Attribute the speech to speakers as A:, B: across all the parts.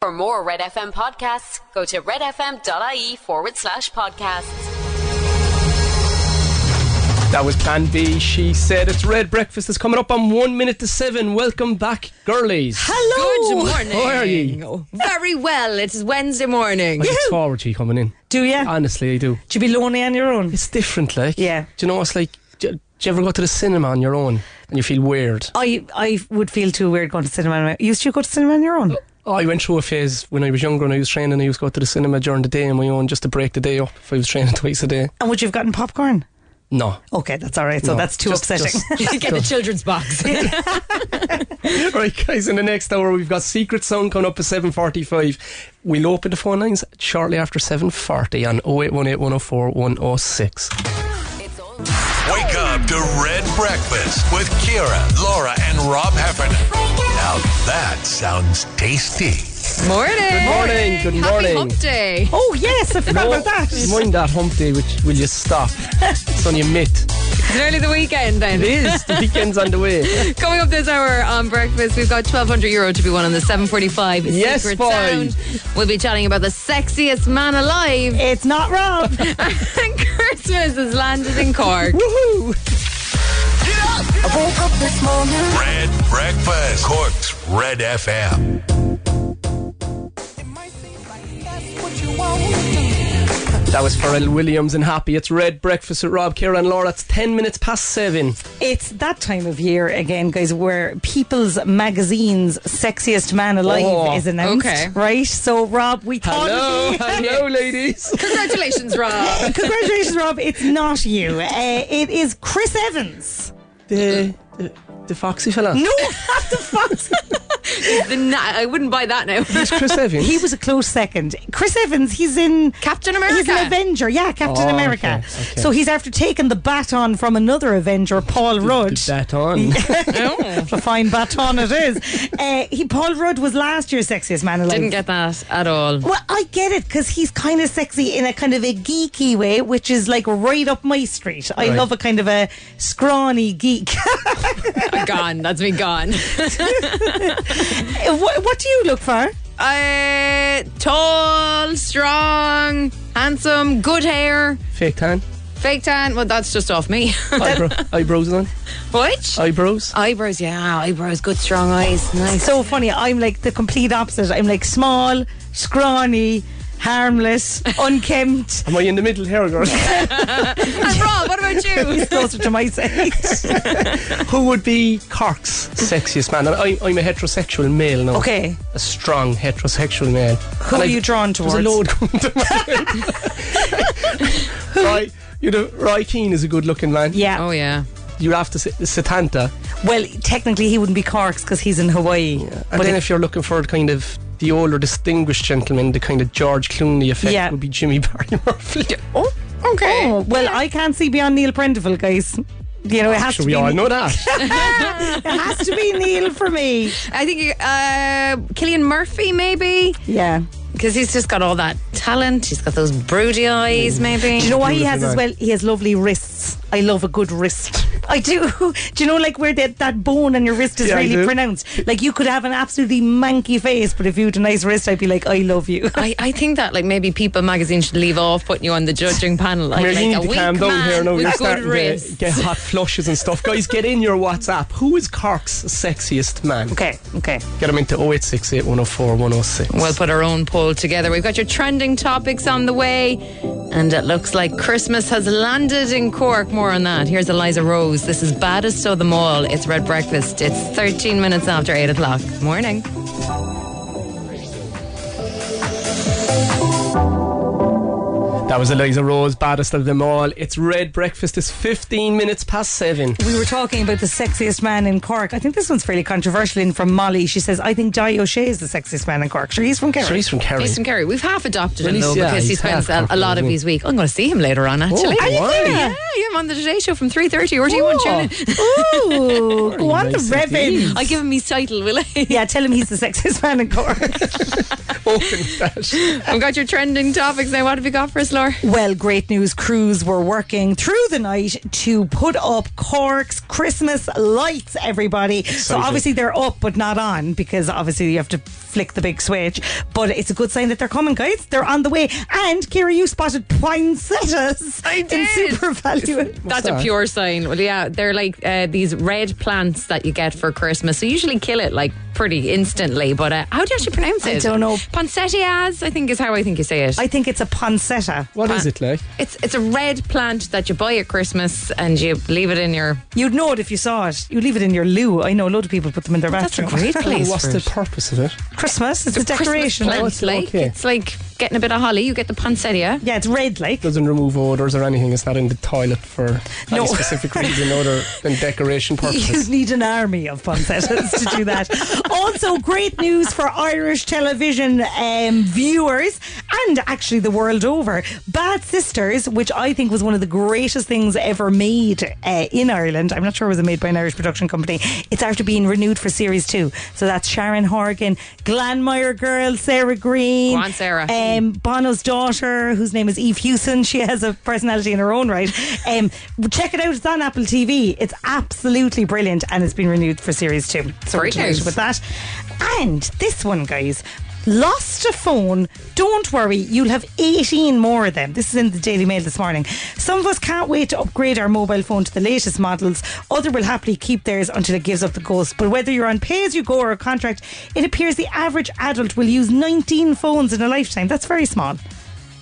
A: For more Red FM podcasts, go to redfm.ie forward slash podcasts.
B: That was Plan B. She said it's Red Breakfast is coming up on one minute to seven. Welcome back, girlies.
C: Hello.
D: Good morning.
B: How are you?
C: Very well. It is Wednesday morning.
B: I look forward to you coming in.
D: Do you?
B: Honestly, I do.
D: Do you be lonely on your own?
B: It's different, like.
D: Yeah.
B: Do you know it's like? Do, do you ever go to the cinema on your own and you feel weird?
D: I I would feel too weird going to cinema. on my- Used to go to cinema on your own?
B: Oh, I went through a phase when I was younger and I was training. I used to go to the cinema during the day on my own just to break the day up if I was training twice a day.
D: And would you have gotten popcorn?
B: No.
D: Okay, that's all right. So
B: no.
D: that's too
B: Just-
D: upsetting.
B: just-
C: Get the children's box.
B: Right, guys. In the next hour, we've got Secret Sound coming up at seven forty-five. We'll open the phone lines shortly after seven forty on 0818 104 106.
A: It's all
E: Wake up to Red Breakfast with Kira, Laura, and Rob Heffernan. Now that sounds tasty.
C: morning. Good
B: morning. Good
C: Happy
B: morning.
C: hump day.
D: oh yes, I forgot about that.
B: Mind that hump day, which will you stop? it's on your mitt.
C: It's nearly the weekend then.
B: It is. The weekend's on the way.
C: Coming up this hour on breakfast, we've got 1200 euro to be won on the 745
B: Yes,
C: Secret
B: boy.
C: Sound. We'll be chatting about the sexiest man alive.
D: It's not Rob.
C: and Christmas has landed in Cork.
B: Woohoo!
E: Red Breakfast, Cork's Red FM.
B: That was Pharrell Williams and Happy. It's Red Breakfast with Rob, Kira, and Laura. It's 10 minutes past seven.
D: It's that time of year again, guys, where People's Magazine's Sexiest Man Alive
B: Oh,
D: is announced.
C: okay.
D: Right? So, Rob, we thought
B: Hello,
D: of you.
B: hello, ladies.
C: Congratulations, Rob.
D: Congratulations, Rob. It's not you. Uh, it is Chris Evans.
B: The, the, the Foxy fella.
D: No, not the Fox.
C: The na- I wouldn't buy that now.
B: It's Chris Evans.
D: He was a close second. Chris Evans, he's in
C: Captain America.
D: He's an Avenger, yeah, Captain
B: Oh,
D: America.
B: okay, okay.
D: So he's after taking the baton from another Avenger, Paul Rudd.
B: that on.
D: a fine baton it is. Uh, he Paul Rudd was last year's sexiest man alive.
C: Didn't get that at all.
D: well, I get it because he's kind of sexy in a kind of a geeky way, which is like right up my street. I
B: Right.
D: love a kind of a scrawny geek. Uh,
C: Gone. That's me gone.
D: what, what do you look for?
C: Uh, tall, strong, handsome, good hair,
B: Fake tan.
C: fake tan. Well, that's just off me.
B: Eyebrow, eyebrows on.
C: Which?
B: Eyebrows.
C: Oh. eyebrows, yeah, eyebrows, good, strong eyes. Nice.
D: So funny. I'm like the complete opposite. I'm like small, scrawny, harmless, unkempt.
B: Am I in the middle here, girl?
C: and Rob, what about you?
D: He's closer to my side.
B: Who would be Cork's sexiest man? And I, I'm a heterosexual male now.
D: okay.
B: A strong heterosexual male.
D: Who
B: And
D: are
B: I-
D: you drawn
B: There's
D: towards?
B: a load coming to mind. Roy, you know, Roy Keane is a good looking man.
D: Yeah.
C: Oh, yeah.
B: You have to say Satanta.
D: Well, technically, he wouldn't be Cork's because he's in Hawaii.
B: And
D: But
B: then
D: it-
B: if you're looking for kind of the older distinguished gentleman, the kind of George Clooney effect
D: Yeah.
B: would be Jimmy Barry Murphy.
D: oh,
C: Okay.
D: oh, well, I can't see beyond Neil Prendeville, guys. You know, it has
B: Sure,
D: to
B: we
D: be.
B: all know that.
D: it has to be Neil for me.
C: I think uh, Killian Murphy, maybe,
D: Yeah.
C: because he's just got all that talent. He's got those broody eyes, maybe.
D: Do you know what he has as
B: Beautiful
D: well? He has lovely wrists. I love a good wrist. I do. Do you know, like where that, that bone on your wrist is
B: Yeah, I
D: really
B: do.
D: pronounced? Like you could have an absolutely manky face, but if you had a nice wrist, I'd be like, I love you.
C: I, I think that like maybe People Magazine should leave off putting you on the judging panel. Like,
B: Mary,
C: like
B: you
C: a
B: need to
C: weak
B: calm down
C: man
B: here now.
C: with
B: You're
C: good
B: starting
C: wrists.
B: to get hot flushes and stuff. Guys, get in your WhatsApp. Who is Cork's sexiest man?
D: Okay, okay.
B: Get him into 0868 104 106.
C: We'll put our own poll together. We've got your trending topics on the way. And it looks like Christmas has landed in Cork. More on that. Here's Eliza Rose. This is Baddest of Them All. It's Red Breakfast. It's 13 minutes after 8 o'clock. Morning.
B: That was Eliza Rose, baddest of them all. It's Red Breakfast. It's 15 minutes past seven.
D: We were talking about the sexiest man in Cork. I think this oone's fairly controversial. In from Molly, she says, "I think Jai O'Shea is the sexiest man in Cork." Sure, he's from Kerry.
B: Sure, he's from Kerry.
C: Jason Kerry. We've half adopted
B: Well,
C: him,
B: he's-
C: though,
B: yeah,
C: because he
B: he's half
C: spends a, a
B: Cork,
C: lot of
B: isn't he?
C: his week. I'm going to see him later on, actually.
B: Oh, Are you why? serious?
C: Yeah, yeah, I'm on the Today Show from 3.30. Where do you want
B: Oh.
C: to tune in?
D: Ooh, go on the
B: nice
D: Revin.
C: I'll give him his title, will I?
D: Yeah, tell him he's the sexiest man in Cork.
B: Oh, hoping with that.
C: We've got your trending topics now. What have you got for us, Laura?
D: Well, great news. Crews were working through the night to put up Cork's Christmas lights, everybody. So obviously they're up, but not on because obviously you have to flick the big switch. But it's a good sign that they're coming, guys. They're on the way. And, Kira, you spotted poinsettias
C: I
D: in
C: did.
D: super value.
C: That's a
B: that?
C: pure sign. Well, yeah, they're like uh, these red plants that you get for Christmas. So you usually kill it like pretty instantly. But uh, how do you actually pronounce it?
D: don't know.
C: Poinsettias, I think, is how I think you say it.
D: I think it's a poinsettia.
B: What
C: Uh,
B: is it like?
C: it's it's a red plant that you buy at Christmas and you leave it in your.
D: You'd know it if you saw it. You leave it in your loo. I know a lot of people put them in their
C: That's a
D: bathroom.
C: great place.
B: What's
C: for
B: the
C: it.
B: purpose of it?
D: Christmas. It's, a
C: Christmas
D: decoration.
C: plant,
B: Oh, it's
C: like
B: okay.
C: it's like getting a bit of holly. You get the poinsettia.
D: Yeah, it's red like.
B: Doesn't remove odors or anything. It's not in the toilet for
D: No.
B: any specific reason other than decoration
D: You
B: purposes.
D: need an army of poinsettias to do that. Also, great news for Irish television um, viewers and actually the world over. Bad Sisters, which I think was one of the greatest things ever made uh, in Ireland. I'm not sure was it made by an Irish production company. It's after being renewed for series two. So that's Sharon Horgan, Glanmire girl, Sarah Green,
C: Go on, Sarah.
D: um, Bono's daughter, whose name is Eve Hewson. She has a personality in her own right. Um, check it out. It's on Apple TV. It's absolutely brilliant, and it's been renewed for series two. So we're
C: Great
D: delighted
C: news.
D: with that. And this one, guys. Lost a phone. Don't worry, you'll have 18 more of them. This is in the Daily Mail this morning. Some of us can't wait to upgrade our mobile phone to the latest models. Other will happily keep theirs until it gives up the ghost. But whether you're on pay as you go or a contract, it appears the average adult will use 19 phones in a lifetime. That's very small.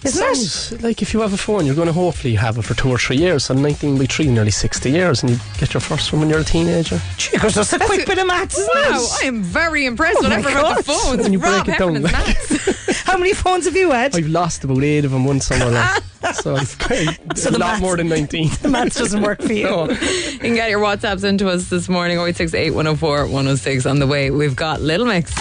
D: Isn't it?
B: Sounds like if you have a phone, you're going to hopefully have it for two or three years. So 19 by 3, nearly 60 years, and you get your first one when you're a teenager.
D: Jeekers, that's a quick bit of maths. isn't
C: Wow,
D: it?
C: I am very impressed.
D: Oh my
C: Whatever about the
D: God.
C: phones,
B: When you
C: Rob
B: break it down
C: Heffernan
B: like-
C: Max.
D: How many phones have you had?
B: I've lost about eight of them once somewhere. Like. So it's quite
D: So
B: a
D: the
B: lot
D: maths-
B: more than 19.
D: The maths doesn't work for you.
B: No.
C: You can get your WhatsApps into us this morning 068 104 106. On the way, we've got Little Mix.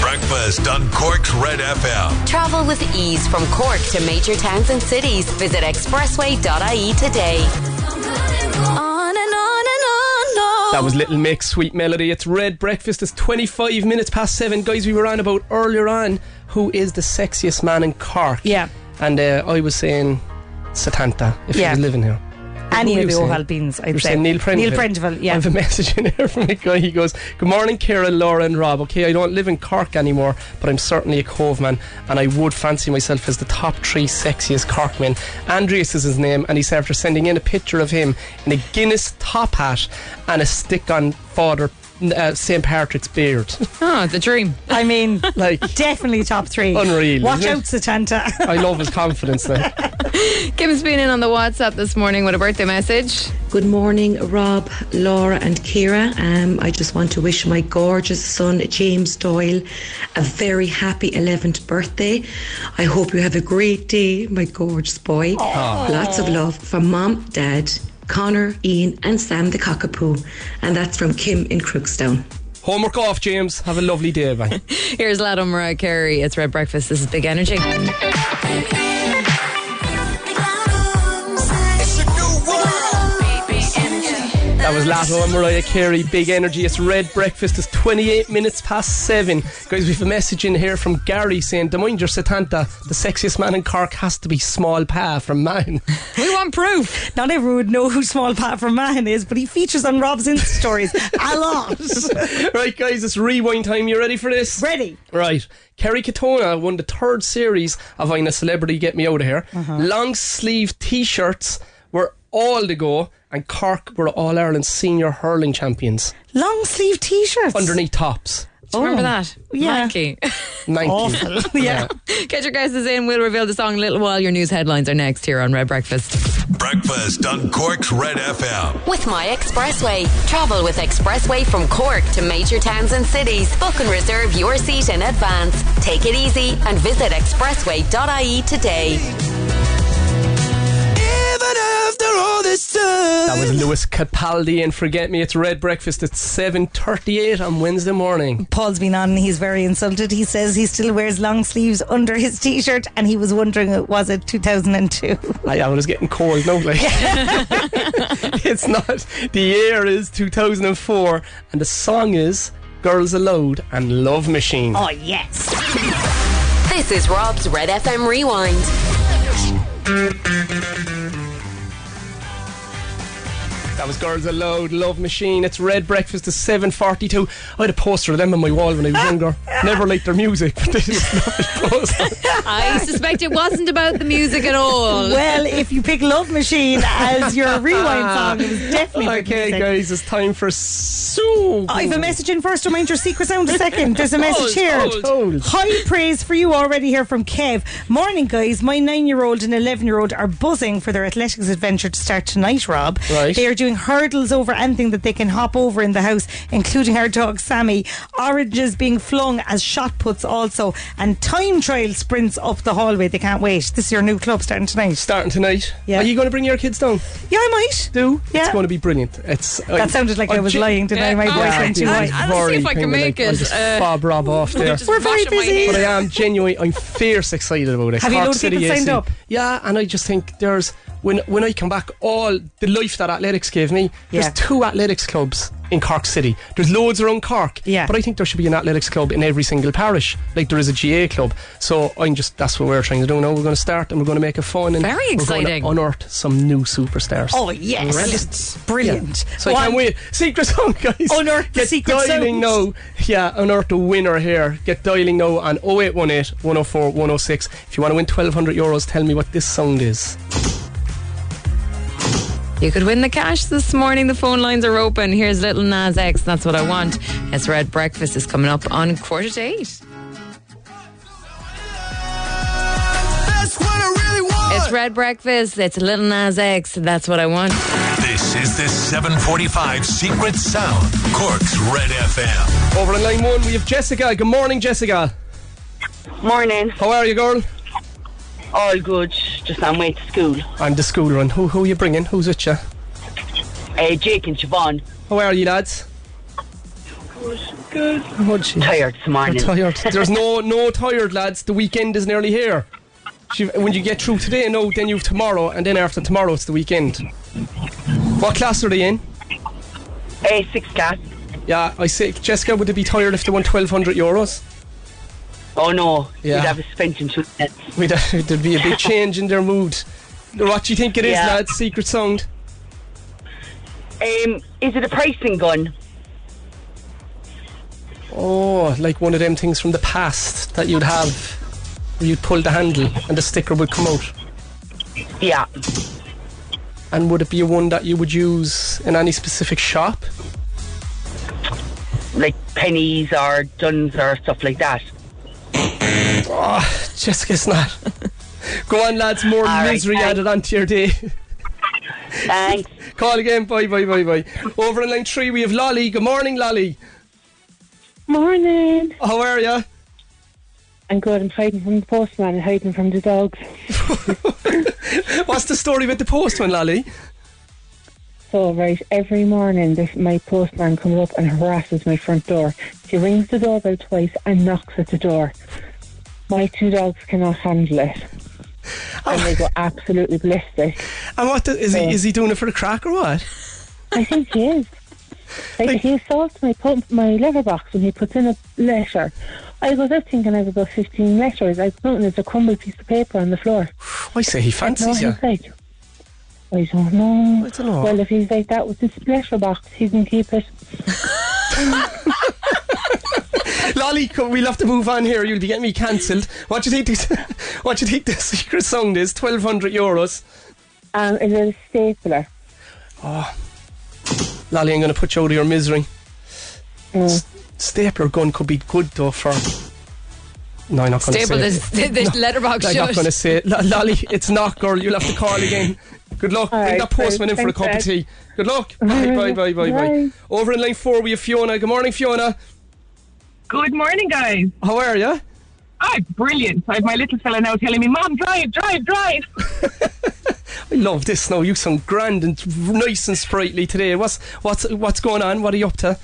E: Breakfast on Cork's Red FM.
A: Travel with ease from Cork to major towns and cities. Visit expressway.ie today.
F: On and on and on, no.
B: That was Little Mix, Sweet Melody. It's Red Breakfast. It's 25 minutes past seven. Guys, we were on about earlier on who is the sexiest man in Cork.
D: Yeah.
B: And uh, I was saying Satanta if
D: Yeah.
B: he was living here.
D: Any
B: Who
D: of
B: you
D: the
B: saying?
D: O'Halpines, I'd
B: You're
D: say.
B: saying Neil Prendeville.
D: Prendeville,
B: I
D: yeah.
B: have a message in here from a guy. He goes, Good morning, Kira, Laura, and Rob. Okay, I don't live in Cork anymore, but I'm certainly a Cove man, and I would fancy myself as the top three sexiest Cork men. Andreas is his name, and he's after sending in a picture of him in a Guinness top hat and a stick on Father uh, St. Patrick's beard.
C: Oh, the dream.
D: I mean,
B: like,
D: definitely top three.
B: Unreal,
D: Watch out,
B: isn't
D: Satanta.
B: I love his confidence now.
C: Kim's been in on the WhatsApp this morning with a birthday message.
G: Good morning, Rob, Laura, and Kira. Um, I just want to wish my gorgeous son, James Doyle, a very happy 11th birthday. I hope you have a great day, my gorgeous boy. Lots of love from Mom, Dad, Connor, Ian, and Sam the Cockapoo. And that's from Kim in Crookstown.
B: Homework off, James. Have a lovely day, bye.
C: Here's Lado Mariah Carey. It's Red Breakfast. This is Big Energy.
E: It's a new world.
B: That was Lato and Mariah Carey, Big Energy. It's Red Breakfast. It's 28 minutes past 7. Guys, we have a message in here from Gary saying, "The mind your Satanta, the sexiest man in Cork has to be Small Pa from Man.
C: We want proof.
D: Not everyone would know who Small Pat from Man is, but he features on Rob's Insta stories a lot.
B: right, guys, it's rewind time. You ready for this?
D: Ready?
B: Right. Kerry Katona won the third series of I'm a Celebrity Get Me Out of Here.
D: Uh-huh.
B: Long sleeve t shirts were all the go, and Cork were All Ireland senior hurling champions.
D: Long sleeve t shirts.
B: Underneath tops.
C: Do you remember that?
D: yeah.
C: Mikey.
B: Thank you.
D: Awful. yeah.
C: Get your guesses in. We'll reveal the song in a little while. Your news headlines are next here on Red Breakfast.
E: Breakfast on Cork's Red FM.
A: With My Expressway. Travel with Expressway from Cork to major towns and cities. Book and reserve your seat in advance. Take it easy and visit expressway.ie today.
B: That was Lewis Capaldi and Forget Me. It's Red Breakfast at 7.38 on Wednesday morning.
D: Paul's been on. He's very insulted. He says he still wears long sleeves under his t shirt, and he was wondering, was it 2002?
B: I, I was getting cold now. Like. it's not. The year is 2004 and the song is Girls Aloud and Love Machine.
D: Oh, yes.
A: This is Rob's Red FM Rewind.
B: That was Girls Aloud, Love Machine. It's Red Breakfast to 7.42. I had a poster of them on my wall when I was younger. Never liked their music, but this is not
C: I suspect it wasn't about the music at all.
D: Well, if you pick Love Machine as your rewind song, it was definitely good
B: Okay,
D: music.
B: guys, it's time for Sue.
D: I have a message in first. Remind your secret sound a second. There's a message here.
B: Hmm. told, told.
D: High praise for you already here from Kev. Morning, guys. My nine year old and 11 year old are buzzing for their athletics adventure to start tonight, Rob.
B: Right.
D: They are doing hurdles over anything that they can hop over in the house, including our dog Sammy. Oranges being flung as shot puts also, and time trial sprints up the hallway. They can't wait. This is your new club starting tonight.
B: Starting tonight.
D: Yeah.
B: Are you going to bring your kids down?
D: Yeah, I might.
B: Do?
D: Yeah.
B: It's going to be brilliant. It's
D: That sounded like I was lying, didn't I? My voice went too
C: Yeah.
D: high.
C: I'll- I'll see if I can make
B: i
C: it.
B: just
C: Uh, E.
B: fob Rob off there.
D: We're very
C: washing my
D: busy.
C: hands.
B: But I am genuinely, I'm fierce excited about it.
D: Have you
B: Cork
D: loads of
B: City
D: people signed
B: AC.
D: up?
B: Yeah, and I just think there's when when I come back, all the life that athletics gave me. There's
D: Yeah.
B: two athletics clubs in Cork City. There's loads around Cork.
D: Yeah.
B: But I think there should be an athletics club in every single parish, like there is a GA club. So I'm just that's what we're trying to do now. We're going to start and we're going to make it fun and
C: Very
B: We're
C: exciting.
B: going to unearth some new superstars.
D: Oh yes, brilliant! brilliant.
B: So I can't wait. Secret song, guys.
D: Unearth the
B: Get
D: secret
B: dialing
D: sound.
B: now. Yeah, unearth the winner here. Get dialing now on 0818 104 106. If you want to win 1200 euros, tell me what this sound is.
C: You could win the cash this morning. The phone lines are open. Here's Little Nas X. That's what I want. It's Red Breakfast is coming up on quarter to eight.
E: That's what I really want.
C: It's Red Breakfast. It's Little Nas X. That's what I want.
E: This is the 745 Secret Sound, Cork's Red FM.
B: Over on line one, we have Jessica. Good morning, Jessica.
H: Morning.
B: How are you, girl?
H: All good. Just on way to school.
B: I'm the school run. Who, who you bringing? Who's with you?
H: Uh, Jake and Siobhan.
B: How are you, lads? Good. Oh, jeez.
H: Tired this
B: We're
H: morning.
B: tired. There's no no tired lads. The weekend is nearly here. She- When you get through today, no, then you've tomorrow, and then after tomorrow, it's the weekend. What class are they in?
H: Uh, six class.
B: Yeah, I say, Jessica, would they be tired if they won 1,200 euros?
H: Oh no.
B: Yeah.
H: We'd have a spent in two minutes.
B: We'd, uh, there'd be a big change in their mood. What do you think it is,
H: Yeah.
B: lads? Secret sound?
H: Um, is it a pricing gun?
B: Oh, like one of them things from the past that you'd have. where You'd pull the handle and the sticker would come out.
H: Yeah.
B: And would it be one that you would use in any specific shop?
H: Like pennies or duns or stuff like that.
B: Oh, Jessica's not. Go on, lads. More
H: All right,
B: misery
H: thanks.
B: added onto your day.
H: Thanks.
B: Call again. Bye, bye, bye, bye. Over in line three, we have Lolly. Good morning, Lolly.
I: Morning.
B: How are you?
I: I'm good. I'm hiding from the postman and hiding from the dogs.
B: What's the story with the postman, Lolly?
I: So, right, every morning this, my postman comes up and harasses my front door. She rings the doorbell twice and knocks at the door. My two dogs cannot handle it. And they go absolutely ballistic.
B: And what the, is he? Is he doing it for the crack or what?
I: I think he is. Like,
B: Like-
I: he assaults my pump, my letter box when he puts in a letter. I was out thinking I have about 15 letters. I don't know, there's a crumbled piece of paper on the floor.
B: I say he
I: No,
B: fancies you.
I: he's like, I don't know.
B: I don't know.
I: Well, if he's like that with this letter box, he can keep it.
B: Lolly, come- we'll have to move on here. You'll be getting me cancelled. What do you think? This, what do you think the secret sound is? Twelve hundred euros.
I: Um, is it a stapler?
B: Lolly, I'm going to put you out of your misery. S- stapler gun could be good though for. No, I'm not going to
C: Stable
B: say. it.
C: this, this letterbox
B: I'm not
C: shut.
B: going to say it. Lo- Lolly, it's not, girl. You'll have to call again. Good luck.
I: All
B: Bring
I: right,
B: that postman in for a
I: thanks,
B: cup of
I: Ed.
B: tea. Good luck. Bye, bye, bye, bye, bye.
I: Bye.
B: Over in line four, we have Fiona. Good morning, Fiona.
J: Good morning, guys.
B: How are you?
J: Ah, brilliant. I have my little fella now telling me, Mom, drive, drive, drive.
B: I love this now. You sound grand and nice and sprightly today. What's what's what's going on? What are you up to?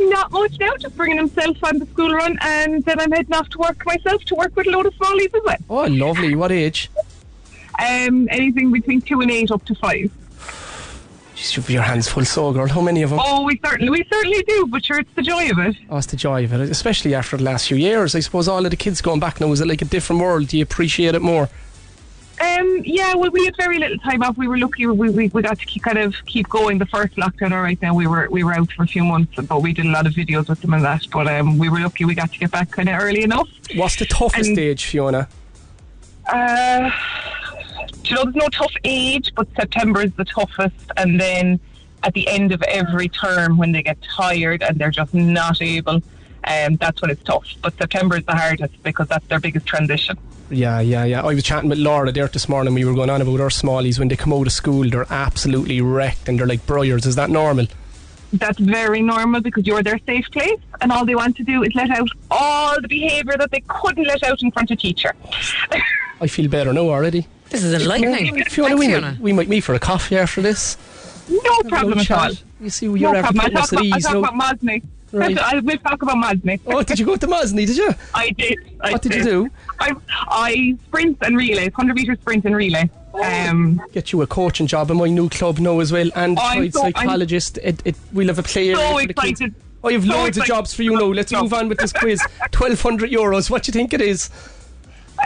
J: Not much now, just bringing himself on the school run, and then I'm heading off to work myself to work with a load of smallies as well.
B: Oh, lovely. What age?
J: Um, anything between two and eight up to five.
B: Jeez, you have your hands full, so girl. How many of them?
J: Oh, we certainly, we certainly do, but sure, it's the joy of it.
B: Oh, it's the joy of it, especially after the last few years. I suppose all of the kids going back now, is it like a different world? Do you appreciate it more?
J: Um, yeah, well, we had very little time off. We were lucky. We, we, we got to keep, kind of keep going. The first lockdown, all right, now we were we were out for a few months, but we did a lot of videos with them and that. But um, we were lucky. We got to get back kind of early enough.
B: What's the toughest
J: And-
B: age, Fiona?
J: Uh, do you know, there's no tough age, but September is the toughest. And then at the end of every term, when they get tired and they're just not able, um, that's when it's tough. But September is the hardest because that's their biggest transition.
B: Yeah, yeah, yeah. I was chatting with Laura there this morning. We were going on about our smallies. When they come out of school, they're absolutely wrecked and they're like briars. Is that normal?
J: That's very normal because you're their safe place, and all they want to do is let out all the behaviour that they couldn't let out in front of teacher.
B: I feel better now already.
C: This is enlightening.
B: Fiona,
C: Thanks,
B: we,
C: Fiona.
B: might, we might meet for a coffee after this.
J: No problem at all.
B: chat. You see, you're
J: no
B: having
J: problem. I'll
B: fitness
J: talk about,
B: at
J: I'll
B: ease,
J: talk
B: no?
J: about Mosney.
B: Right.
J: I will talk about Mosney.
B: Oh, did you go to Mosney, did you?
J: I did. I
B: What did you do?
J: I, I sprint and relays, 100 metre sprint and relay. Um,
B: Get you a coaching job in my new club now as well, and
J: Oh, I'm
B: child
J: so- I'm-
B: psychologist. It, it, we'll have a play area
J: so
B: for the kids.
J: excited.
B: I have
J: So
B: loads of
J: excited.
B: jobs for you now. Let's move on with this quiz. Twelve hundred euros. What do you think it is?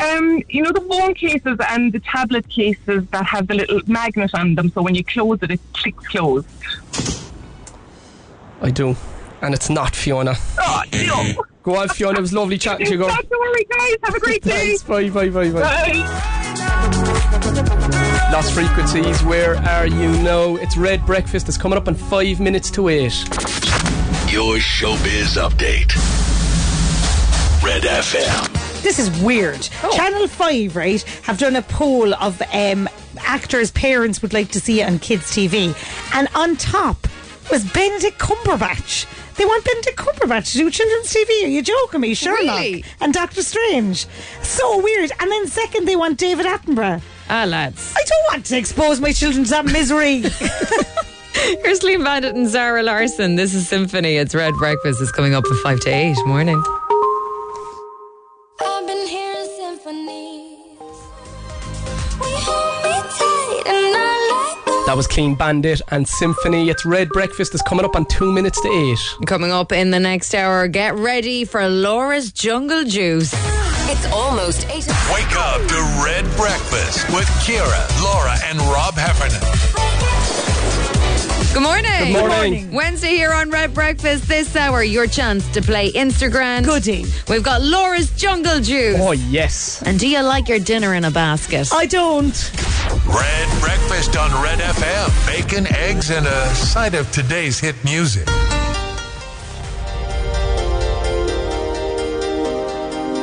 J: Um, you know, the phone cases and the tablet cases that have the little magnet on them, so when you close it, it clicks close.
B: I do, and it's not Fiona.
J: Oh, no.
B: Go on, Fiona. It was lovely chatting to you. Go.
J: Not to worry, guys. Have a great day.
B: Thanks. Bye. Bye. Bye. Bye.
J: Bye.
B: Lost frequencies. Where are you now? It's Red Breakfast. It's coming up in five minutes to eight.
E: Your showbiz update. Red FM.
D: This is weird. Channel 5, right, have done a poll of um, actors parents would like to see on kids' TV. And on top was Benedict Cumberbatch. They want Benedict Cumberbatch to do children's TV. Are you joking me? Sherlock
C: Really?
D: and Doctor Strange. So weird. And then second, they want David Attenborough.
C: Ah, lads.
D: I don't want to expose my children to that misery.
C: Here's Liam Bandit and Zara Larson. This is Symphony. It's Red Breakfast. It's coming up at 5 to 8. Morning.
F: I've been hearing symphonies. We hold me tight and I let go.
B: That was Clean Bandit and Symphony. It's Red Breakfast. It's coming up on two minutes to eight.
C: Coming up in the next hour, get ready for Laura's Jungle Juice.
A: It's almost 8 o'clock.
E: Wake up to Red Breakfast with Kira, Laura, and Rob Heffernan.
C: Good morning.
B: Good morning.
C: Wednesday here on Red Breakfast this hour, your chance to play Instagram.
D: Goody.
C: We've got Laura's Jungle Juice.
B: Oh yes.
C: And do you like your dinner in a basket?
D: I don't.
E: Red Breakfast on Red FM. Bacon, eggs, and a side of today's hit music.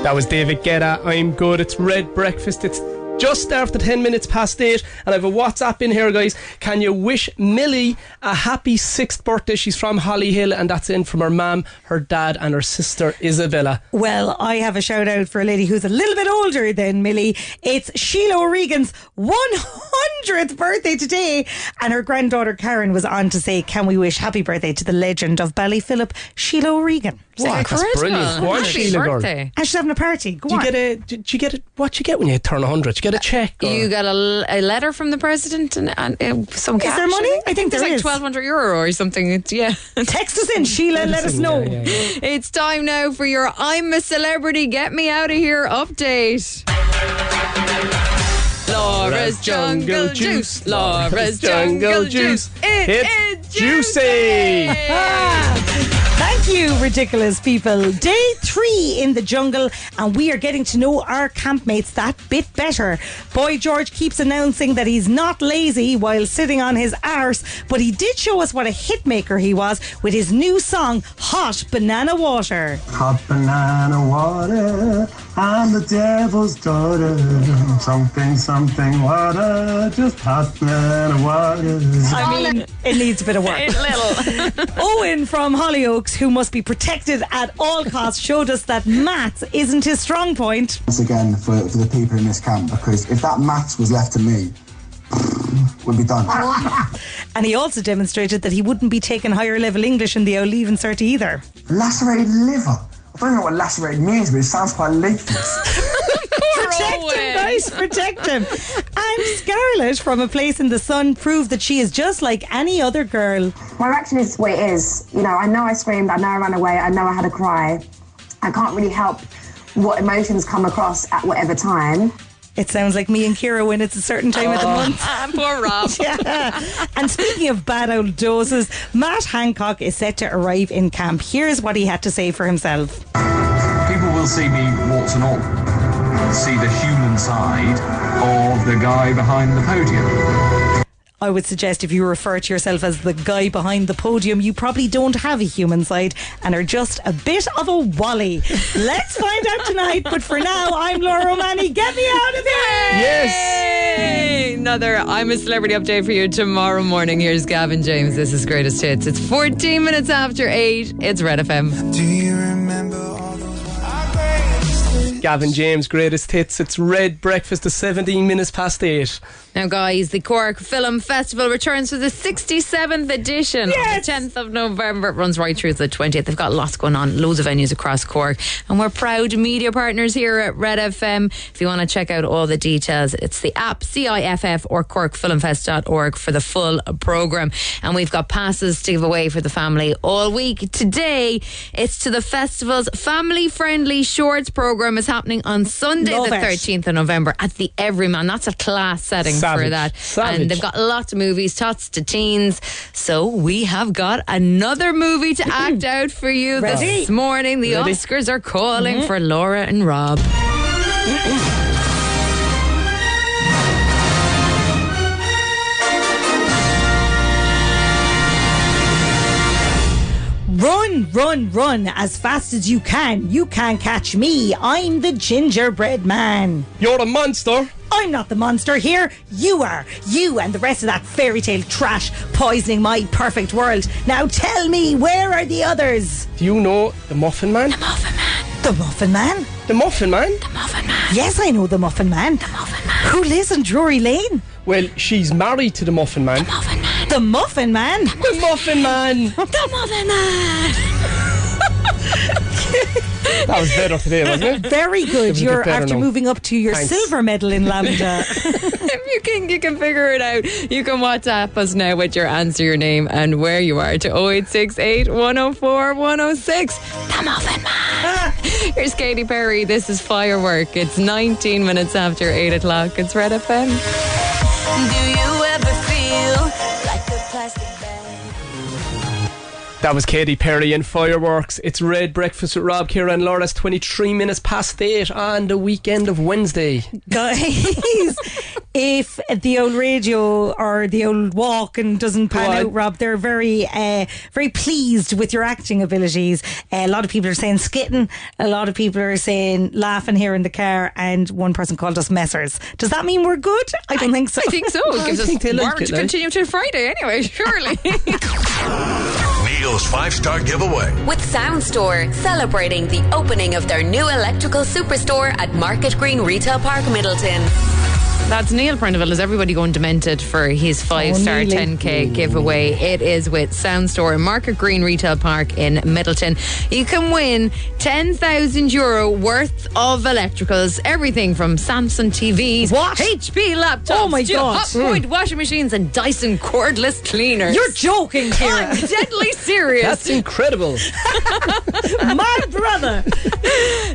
B: That was David Guetta. I'm good. It's Red Breakfast. It's just after 10 minutes past 8, and I have a WhatsApp in here, guys. Can you wish Millie a happy sixth birthday? She's from Hollyhill, and that's in from her mum, her dad, and her sister Isabella.
D: Well, I have a shout out for a lady who's a little bit older than Millie. It's Sheila O'Regan's 100th birthday today. And her granddaughter Karen was on to say, Can we wish happy birthday to the legend of Ballyphilip, Sheila O'Regan?
B: Wow, that's
C: Incredible.
B: brilliant. Go on,
C: Happy
B: Sheila girl.
C: birthday.
D: And she's having a party. Go
B: Do you
D: on.
B: get a? Do you get a? What you get when you turn 100? Do you get a check? or-
C: You got a, l- a letter from the president and, and uh, some
D: there
C: cash.
D: money? I think
C: there's
D: there
C: like
D: is.
C: 1,200 euro or something. It's, yeah.
D: Text us in, Sheila, let us know.
B: Yeah, yeah, yeah.
C: it's time now for your I'm a Celebrity, Get Me Out of Here update. Laura's Jungle Juice. Laura's Jungle Juice. It is juicy.
D: Ah, Thank you, ridiculous people. Day three in the jungle, and we are getting to know our campmates that bit better. Boy George keeps announcing that he's not lazy while sitting on his arse, but he did show us what a hitmaker he was with his new song, Hot Banana Water.
K: Hot banana water, I'm the devil's daughter. Something, something water, just hot banana water.
D: I mean, it needs a bit of work. Owen from Hollyoaks, who must be protected at all costs, showed us that maths isn't his strong point.
L: once again for, for the people in this camp because if that maths was left to me, we'd be done.
D: And he also demonstrated that he wouldn't be taking higher level English in the O'Leave insert either.
L: Lacerated liver. I don't know what lacerated means, but it sounds quite lethal.
C: Poor Owen.
D: tries to protect him. And Scarlett from A Place in the Sun proved that she is just like any other girl.
M: Well, actually, it's what it is. You know, I know I screamed, I know I ran away, I know I had a cry. I can't really help what emotions come across at whatever time.
D: It sounds like me and Kira when it's a certain time of the
M: Oh.
D: month.
C: Poor Rob.
D: yeah. And speaking of bad old doses, Matt Hancock is set to arrive in camp. Here's what he had to say for himself.
N: People will see me warts and all, see the human side of the guy behind the podium.
D: I would suggest if you refer to yourself as the guy behind the podium, you probably don't have a human side and are just a bit of a wally. Let's find out tonight. But for now, I'm Laura Romani. Get me out of here!
C: Yes. Another I'm a Celebrity update for you tomorrow morning. Here's Gavin James. This is Greatest Hits. It's 14 minutes after 8. It's Red FM. Do you remember?
B: Gavin James, greatest hits. It's Red Breakfast to 17 minutes past 8.
C: Now, guys, the Cork Film Festival returns for the 67th edition on the 10th of November. It runs right through to the 20th. They've got lots going on, loads of venues across Cork. And we're proud media partners here at Red FM. If you want to check out all the details, it's the app CIFF or corkfilmfest.org for the full programme. And we've got passes to give away for the family all week. Today, it's to the festival's family friendly shorts programme is happening on Sunday,
O: Love
C: the
O: it.
C: 13th of November at the Everyman. That's a class setting for
O: Savage.
C: that.
O: Savage.
C: And they've got lots of movies, tots to teens. So we have got another movie to act out for you this
O: Ready.
C: morning. The
O: Ready.
C: Oscars are calling
O: Mhm.
C: for Laura and Rob.
D: Run, run, run as fast as you can. You can't catch me. I'm the gingerbread man.
B: You're a monster.
D: I'm not the monster here. You are. You and the rest of that fairy tale trash poisoning my perfect world. Now tell me, where are the others?
B: Do you know the Muffin Man? The
D: Muffin Man. The Muffin Man?
B: The Muffin Man? The
D: Muffin Man. Yes, I know the Muffin Man. The Muffin Man. Who lives in Drury Lane?
B: Well, she's married to the Muffin Man. The
C: Muffin Man.
D: The Muffin Man.
B: The Muffin Man.
D: The Muffin Man.
B: That was better today, wasn't it?
D: Very
B: It
D: good.
B: was a bit
D: You're
B: better
D: after
B: now.
D: moving up to your
B: Thanks.
D: silver medal in Lambda.
C: if you can you can figure it out, you can WhatsApp us now with your answer, your name, and where you are to 0868 104 106. The Muffin Man. Here's Katy Perry. This is Firework. It's 19 minutes after 8 o'clock. It's Red FM.
F: Do you ever feel like a plastic
B: That was Katy Perry and Fireworks. It's Red Breakfast with Rob, Kira, and Laura's 23 minutes past 8 on the weekend of Wednesday.
D: Guys, if the old radio or the old walk and doesn't pan
B: Go on.
D: out, Rob, they're very, uh, very pleased with your acting abilities. Uh, a lot of people are saying skitting. A lot of people are saying laughing here in the car. And one person called us messers. Does that mean we're good? I don't think so.
C: I think so. It gives us warrant to continue till Friday anyway, surely.
E: Neil's five star giveaway.
A: With Soundstore celebrating the opening of their new electrical superstore at Market Green Retail Park, Middleton.
C: That's Neil Prendeville. Is everybody going demented for his five star
A: Neely.
C: 10k giveaway? It is with Sound Store in Market Green Retail Park in Middleton. You can win 10,000 euro worth of electricals, everything from Samsung TVs,
D: What?
C: HP laptops, oh
D: my God.
C: Hotwood
D: Mm.
C: washing machines, and Dyson cordless cleaners.
D: You're joking, Kira.
C: I'm deadly serious.
B: That's incredible.
D: My brother.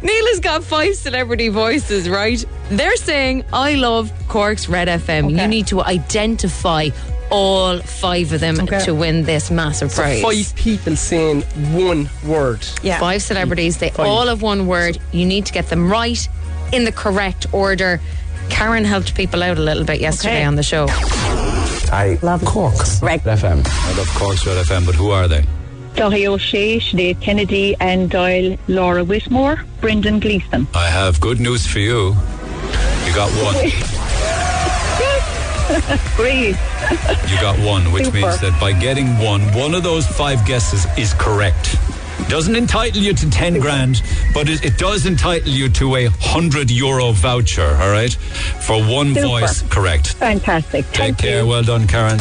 C: Neil has got five celebrity voices, right? They're saying, I love Cork's Red FM. You need to identify all five of them
B: Okay.
C: to win this massive
B: So
C: prize.
B: five people saying one word.
C: Five celebrities. They
B: Five.
C: all have one word. You need to get them right in the correct order. Karen helped people out a little bit yesterday on the show.
P: I love Corks Red FM. I love Corks Red FM, but who are they?
Q: Dahi O'Shea, Sinead Kennedy, Anne Doyle, Laura Whitmore, Brendan Gleeson.
P: I have good news for you. You got one.
Q: Great.
P: You got one, which
Q: Super.
P: means that by getting one, one of those five guesses is correct. Doesn't entitle you to 10 grand, but it, it does entitle you to a 100 euro voucher, all right? For one
Q: Super.
P: voice correct.
Q: Fantastic.
P: Take care. Well done, Karen.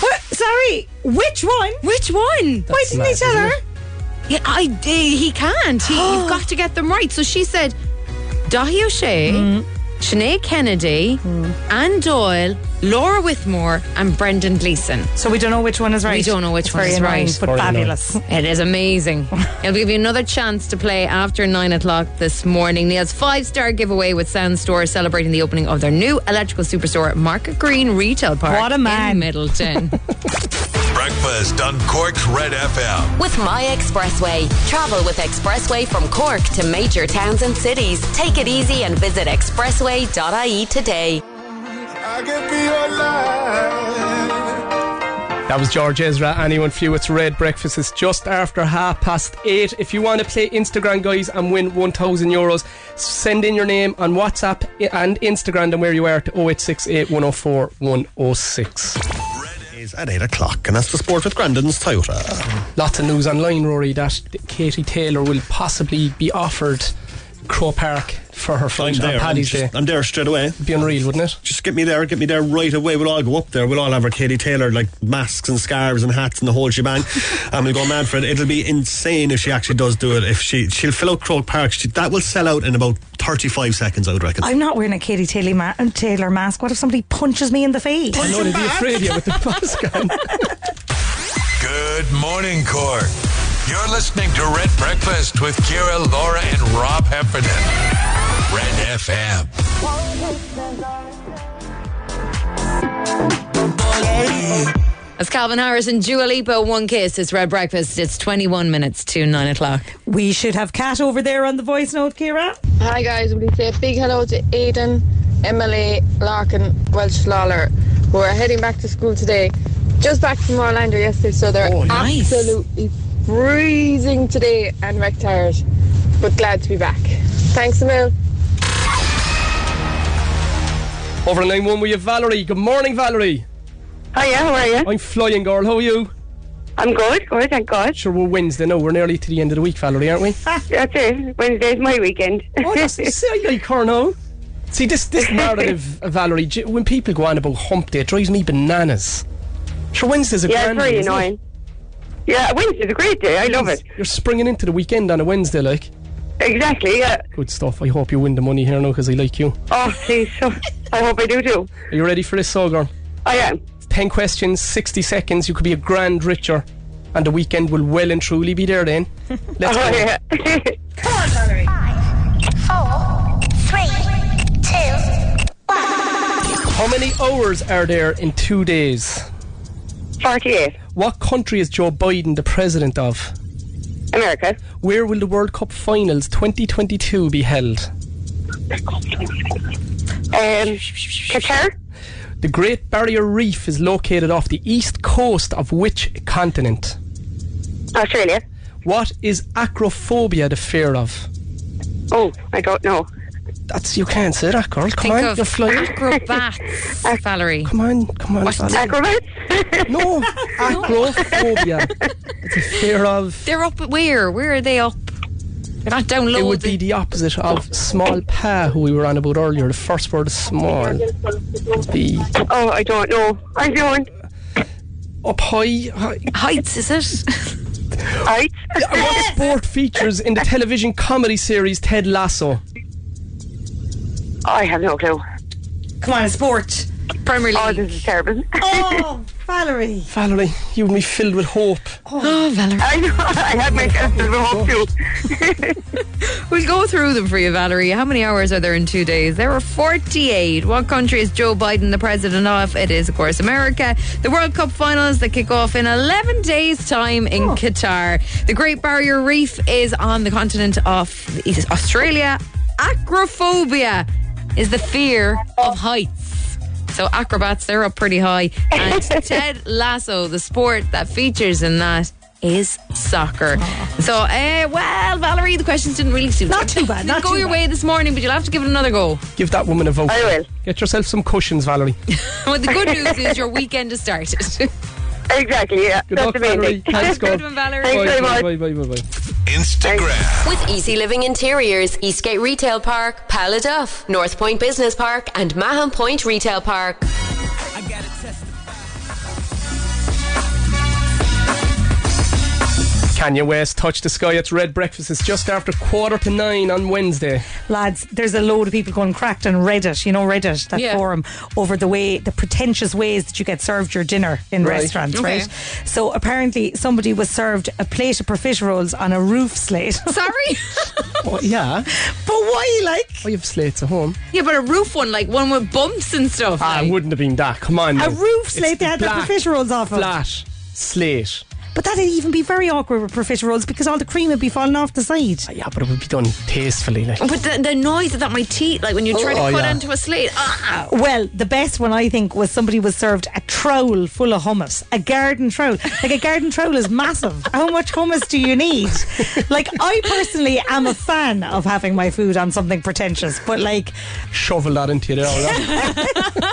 D: What? Sorry, which one?
C: Which one?
D: Why didn't they tell her?
C: Yeah, I
D: Mm.
C: did. He can't. He, you've got to get them right. So she said, Dahi O'Shea, Sinead Kennedy, Anne Doyle, Laura Whitmore, and Brendan Gleeson.
D: So we don't know which one is right.
C: We don't know which
D: It's
C: one
D: very
C: is
D: annoying,
C: right.
D: but Very annoying. fabulous.
C: It is amazing. It'll give you another chance to play after nine o'clock this morning. Neil's five star giveaway with Sound Store celebrating the opening of their new electrical superstore at Market Green Retail Park
D: What a
C: in Middleton.
E: Breakfast on Cork's Red FM.
A: With My Expressway, travel with Expressway from Cork to major towns and cities. Take it easy and visit expressway.ie today.
B: That was George Ezra. Anyone few? It's Red Breakfast. It's just after half past eight. If you want to play Instagram, guys, and win one thousand euros, send in your name on WhatsApp and Instagram and where you are to 0868 104 106.
O: Is at 8 o'clock, and that's the sport with Grandin's Toyota.
B: Lots of news online, Rory, that Katie Taylor will possibly be offered Crow Park for her
O: I'm
B: fight on
O: there. I'm,
B: Paddy's
O: just-
B: Day.
O: I'm there straight away.
B: Be unreal, wouldn't it?
O: Just get me there, get me there right away. We'll all go up there. We'll all have our Katie Taylor like masks and scarves and hats and the whole shebang, and we'll go mad for it. It'll be insane if she actually does do it. If she she'll fill out Croke Park, she, that will sell out in about thirty five seconds. I would reckon.
D: I'm not wearing a Katie Taylor, ma- Taylor mask. What if somebody punches me in the face?
B: I know they'd be afraid of you with the mask on.
E: Good morning, Cork. You're listening to Red Breakfast with Kira, Laura, and Rob Heffernan. Red FM.
C: As Calvin Harris and Dua Lipa, One Kiss. It's Red Breakfast. It's 21 minutes to 9 o'clock.
D: We should have Kat over there on the voice note, Kira.
R: Hi guys, we say a big hello to Aidan, Emily, Larkin, Welsh Lawler, who are heading back to school today. Just back from Orlando yesterday, so they're
C: nice.
R: absolutely freezing today and wrecked tired, but glad to be back. Thanks a mil.
B: Over line one, we have Valerie. Good morning, Valerie.
H: Oh,
S: Hiya, how are you?
B: I'm flying, girl. How are you?
S: I'm good, good, thank God.
B: Sure, we're Wednesday now. We're nearly to the end of the week, Valerie, aren't we?
S: That's it. Wednesday's my weekend.
B: Oh, that's, see, I like her now. See, this, this narrative, uh, Valerie, j- when people go on about hump day, it drives me bananas. Sure, Wednesday's a
S: yeah,
B: grand
S: it's very
B: day, isn't it?
S: annoying. Yeah, Wednesday's a great day. I love it.
B: You're springing into the weekend on a Wednesday, like.
S: Exactly,
H: Uh,
S: yeah.
B: Good stuff. I hope you win the money here now because I like you.
S: Oh, please. So, I hope I do too.
B: Are you ready for this, Sogor?
S: I am.
B: 10 questions, 60 seconds. You could be a grand richer, and the weekend will well and truly be there then. Let's
S: oh,
B: go.
S: yeah.
F: Come on, Valerie. Five, four, three, two.
B: How many hours are there in two days?
S: 48.
B: What country is Joe Biden the president of?
S: America.
B: Where will the World Cup Finals 2022 be held?
S: Um, Qatar?
B: The Great Barrier Reef is located off the east coast of which continent?
S: Australia.
B: What is acrophobia the fear of?
S: Oh, I don't know.
B: That's you can't say that, girl. Come
C: Think
B: on,
C: of
B: you're flying.
C: acrobats, Valerie.
B: Come on, come on.
C: What?
B: Sally. no, acrophobia. It's a fear of.
C: They're up where? Where are they up? They're not down low.
B: It would be the opposite of small pa, who we were on about earlier. The first word is small. It'd be
S: Oh, I don't know. I don't.
B: up high. high.
C: Heights, is it?
S: Heights?
B: What sport features in the television comedy series Ted Lasso?
S: I have no clue.
D: Come on, sport.
C: Primary
S: Oh, this is terrible.
D: Oh, Valerie.
B: Valerie, you and me filled with hope.
C: Oh, Valerie.
S: I know. I had myself a little hope too.
C: We'll go through them for you, Valerie. How many hours are there in two days? There are 48. What country is Joe Biden the president of? It is, of course, America. The World Cup finals that kick off in 11 days' time in
B: Oh.
C: Qatar. The Great Barrier Reef is on the continent of it is Australia. Acrophobia is the fear
B: Oh.
C: of heights. So acrobats, they're up pretty high. And Ted Lasso, the sport that features in that is soccer. So, uh, well, Valerie, the questions didn't really suit Not too bad.
D: not
C: go
D: too
C: your
D: bad.
C: way this morning, but you'll have to give it another go.
B: Give that woman a vote.
S: I will.
B: Get yourself some cushions, Valerie.
C: well, the good news is your weekend has started.
S: exactly, yeah.
B: Good
S: That's
B: luck,
S: amazing.
B: Valerie. Thanks,
C: Good
B: God.
C: one, Valerie.
S: Thanks very
B: bye,
S: much.
B: bye, bye, bye, bye.
E: Instagram.
A: With Easy Living Interiors, Eastgate Retail Park, Paladuff, North Point Business Park, and Mahon Point Retail Park.
B: Kanye West, Touch the Sky. It's Red Breakfast. It's just after quarter to nine on Wednesday.
D: Lads, there's a load of people going cracked on Reddit, you know, Reddit, that
B: Yeah.
D: forum, over the way, the pretentious ways that you get served your dinner in
T: Right.
D: restaurants,
T: Okay.
D: right? So apparently somebody was served a plate of profiteroles on a roof slate.
C: Sorry?
B: Oh, yeah.
D: But why, like?
B: Oh, you've slates at home.
C: Yeah, but a roof one, like one with bumps and stuff.
B: Ah, it wouldn't have been that. Come on. now.
D: A roof
B: It's
D: slate they had the
B: black
D: profiteroles off of.
B: Flat slate.
D: But that'd even be very awkward with profiteroles because all the cream would be falling off the side.
B: Yeah, but it would be done tastefully. Like.
C: But the, the noise that my teeth, like when you try
D: Oh,
C: to cut
D: yeah.
C: into a slate. Ah.
D: Well, the best one I think was somebody was served a trowel full of hummus, a garden trowel. Like a garden trowel is massive. How much hummus do you need? Like I personally am a fan of having my food on something pretentious, but like
B: Shovel that into your all right?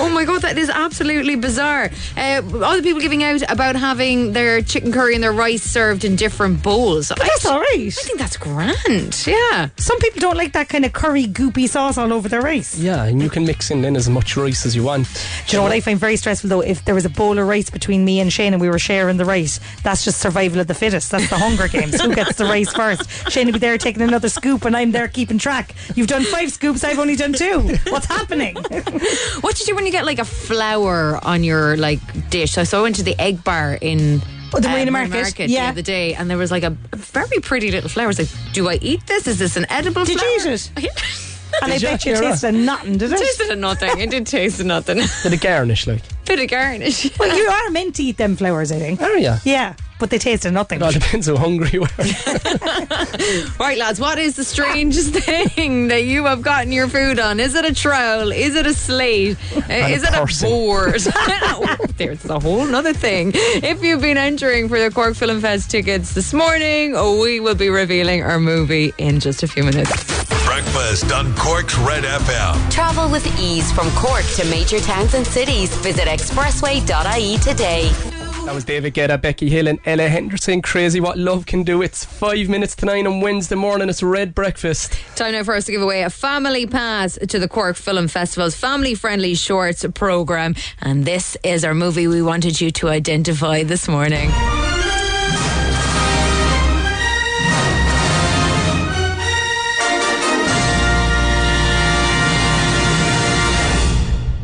C: Oh my god, that is absolutely bizarre. Uh, all the people giving out about having their chicken curry and their rice served in different bowls. But
D: that's all right. I
C: think that's grand. Yeah.
D: Some people don't like that kind of curry goopy sauce all over their rice.
B: Yeah, and you can mix in then as much rice as you want.
D: Do you know what I find very stressful though? If there was a bowl of rice between me and Shane and we were sharing the rice, that's just survival of the fittest. That's the Hunger Games. Who gets the rice first? Shane will be there taking another scoop and I'm there keeping track. You've done five scoops, I've only done two. What's happening?
C: What do you do when you get like a flour on your like dish? So, so I went to the egg bar in
D: Oh, the Marina
C: Marina
D: Market,
C: the
D: yeah.
C: other day, and there was like a very pretty little flower. I was like, do I eat this? Is this an edible
D: Did
C: flower?
D: you eat it? And I
C: Did
D: bet
C: you,
D: you
C: Ciara?
D: tasted nothing, did it?
C: It tasted of nothing. It did taste of nothing.
B: Did it garnish like?
C: Bit of garnish.
D: Well, you are meant to eat them flowers, I think.
B: Are you?
D: Yeah, but they tasted nothing.
B: It all depends how hungry you are.
C: Right, lads, what is the strangest thing that you have gotten your food on? Is it a trowel? Is it a slate? Uh,
T: And a
C: Is it a
T: person.
C: board? Oh, There's a whole other thing. If you've been entering for the Cork Film Fest tickets this morning, oh, we will be revealing our movie in just a few minutes.
E: Breakfast on Cork's Red FM.
A: Travel with ease from Cork to major towns and cities. Visit expressway.ie today.
B: That was David Guetta, Becky Hill, and Ella Henderson. Crazy what love can do. It's five minutes to nine on Wednesday morning. It's Red Breakfast.
C: Time now for us to give away a family pass to the Cork Film Festival's family friendly shorts program. And this is our movie we wanted you to identify this morning.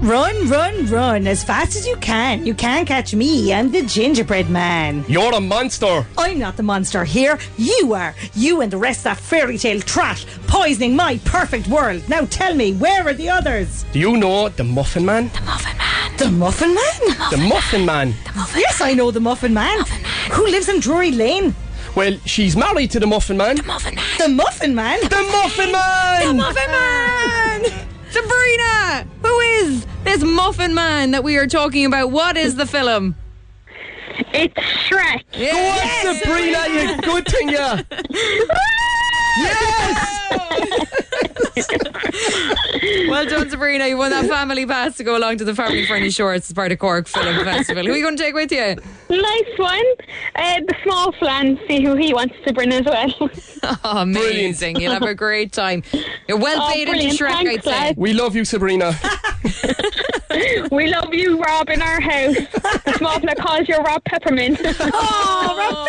D: Run, run, run as fast as you can. You can't catch me. I'm the gingerbread man.
B: You're a monster.
D: I'm not the monster here. You are. You and the rest of that fairy tale trash poisoning my perfect world. Now tell me, where are the others?
B: Do you know the Muffin Man? The
C: Muffin
B: Man.
D: The Muffin Man?
B: The Muffin Man.
D: Yes, I know the Muffin Man. Who lives in Drury Lane?
B: Well, she's married to the Muffin Man. The
C: Muffin Man.
D: The Muffin Man.
B: The Muffin Man.
C: The Muffin Man. Sabrina, who is this Muffin Man that we are talking about? What is the film?
S: It's Shrek.
B: Go on, Sabrina, you good thing, yeah.
C: Well done, Sabrina. You won that family pass to go along to the Family Friendly Shorts as part of Cork Film Festival. Who are you going to take with you?
S: Nice one. Uh, the small flan, see who he wants to bring as well.
C: Oh, amazing. You'll have a great time. You're well
S: Oh,
C: paid into
S: brilliant.
C: Shrek,
S: Thanks,
C: I'd say.
B: We love you, Sabrina.
S: we love you, Rob, in our house. The small flan calls you Rob Peppermint.
C: oh,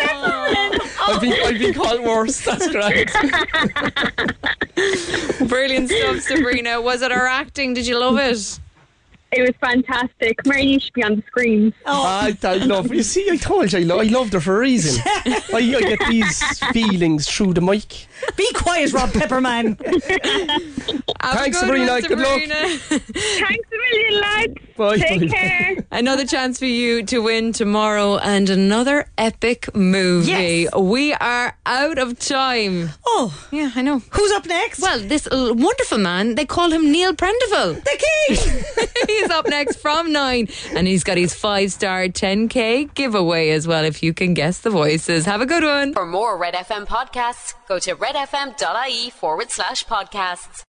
S: Rob Peppermint.
B: I've been, I've been called worse. That's great.
C: Brilliant stuff, Sabrina. Was it our acting? Did you love it?
S: It was fantastic. Mary, you should be on the screen.
B: Oh. I, I love you. See, I told you I, lo- I loved her for a reason. I, I get these feelings through the mic.
D: Be quiet, Rob Pepperman.
C: Have a
B: Thanks,
C: good
B: Sabrina.
C: one,
B: Good luck.
C: Sabrina.
S: Thanks a million, lads.
B: Bye.
S: Take care.
C: Another chance for you to win tomorrow and another epic movie. We are out of time.
D: Oh.
C: Yeah, I know.
D: Who's up next?
C: Well, this l- wonderful man, they call him Neil Prendeville.
D: The king!
C: he's up next from nine and he's got his five star 10K giveaway as well if you can guess the voices. Have a good one.
A: For more Red FM podcasts, go to redfm.ie forward slash podcasts.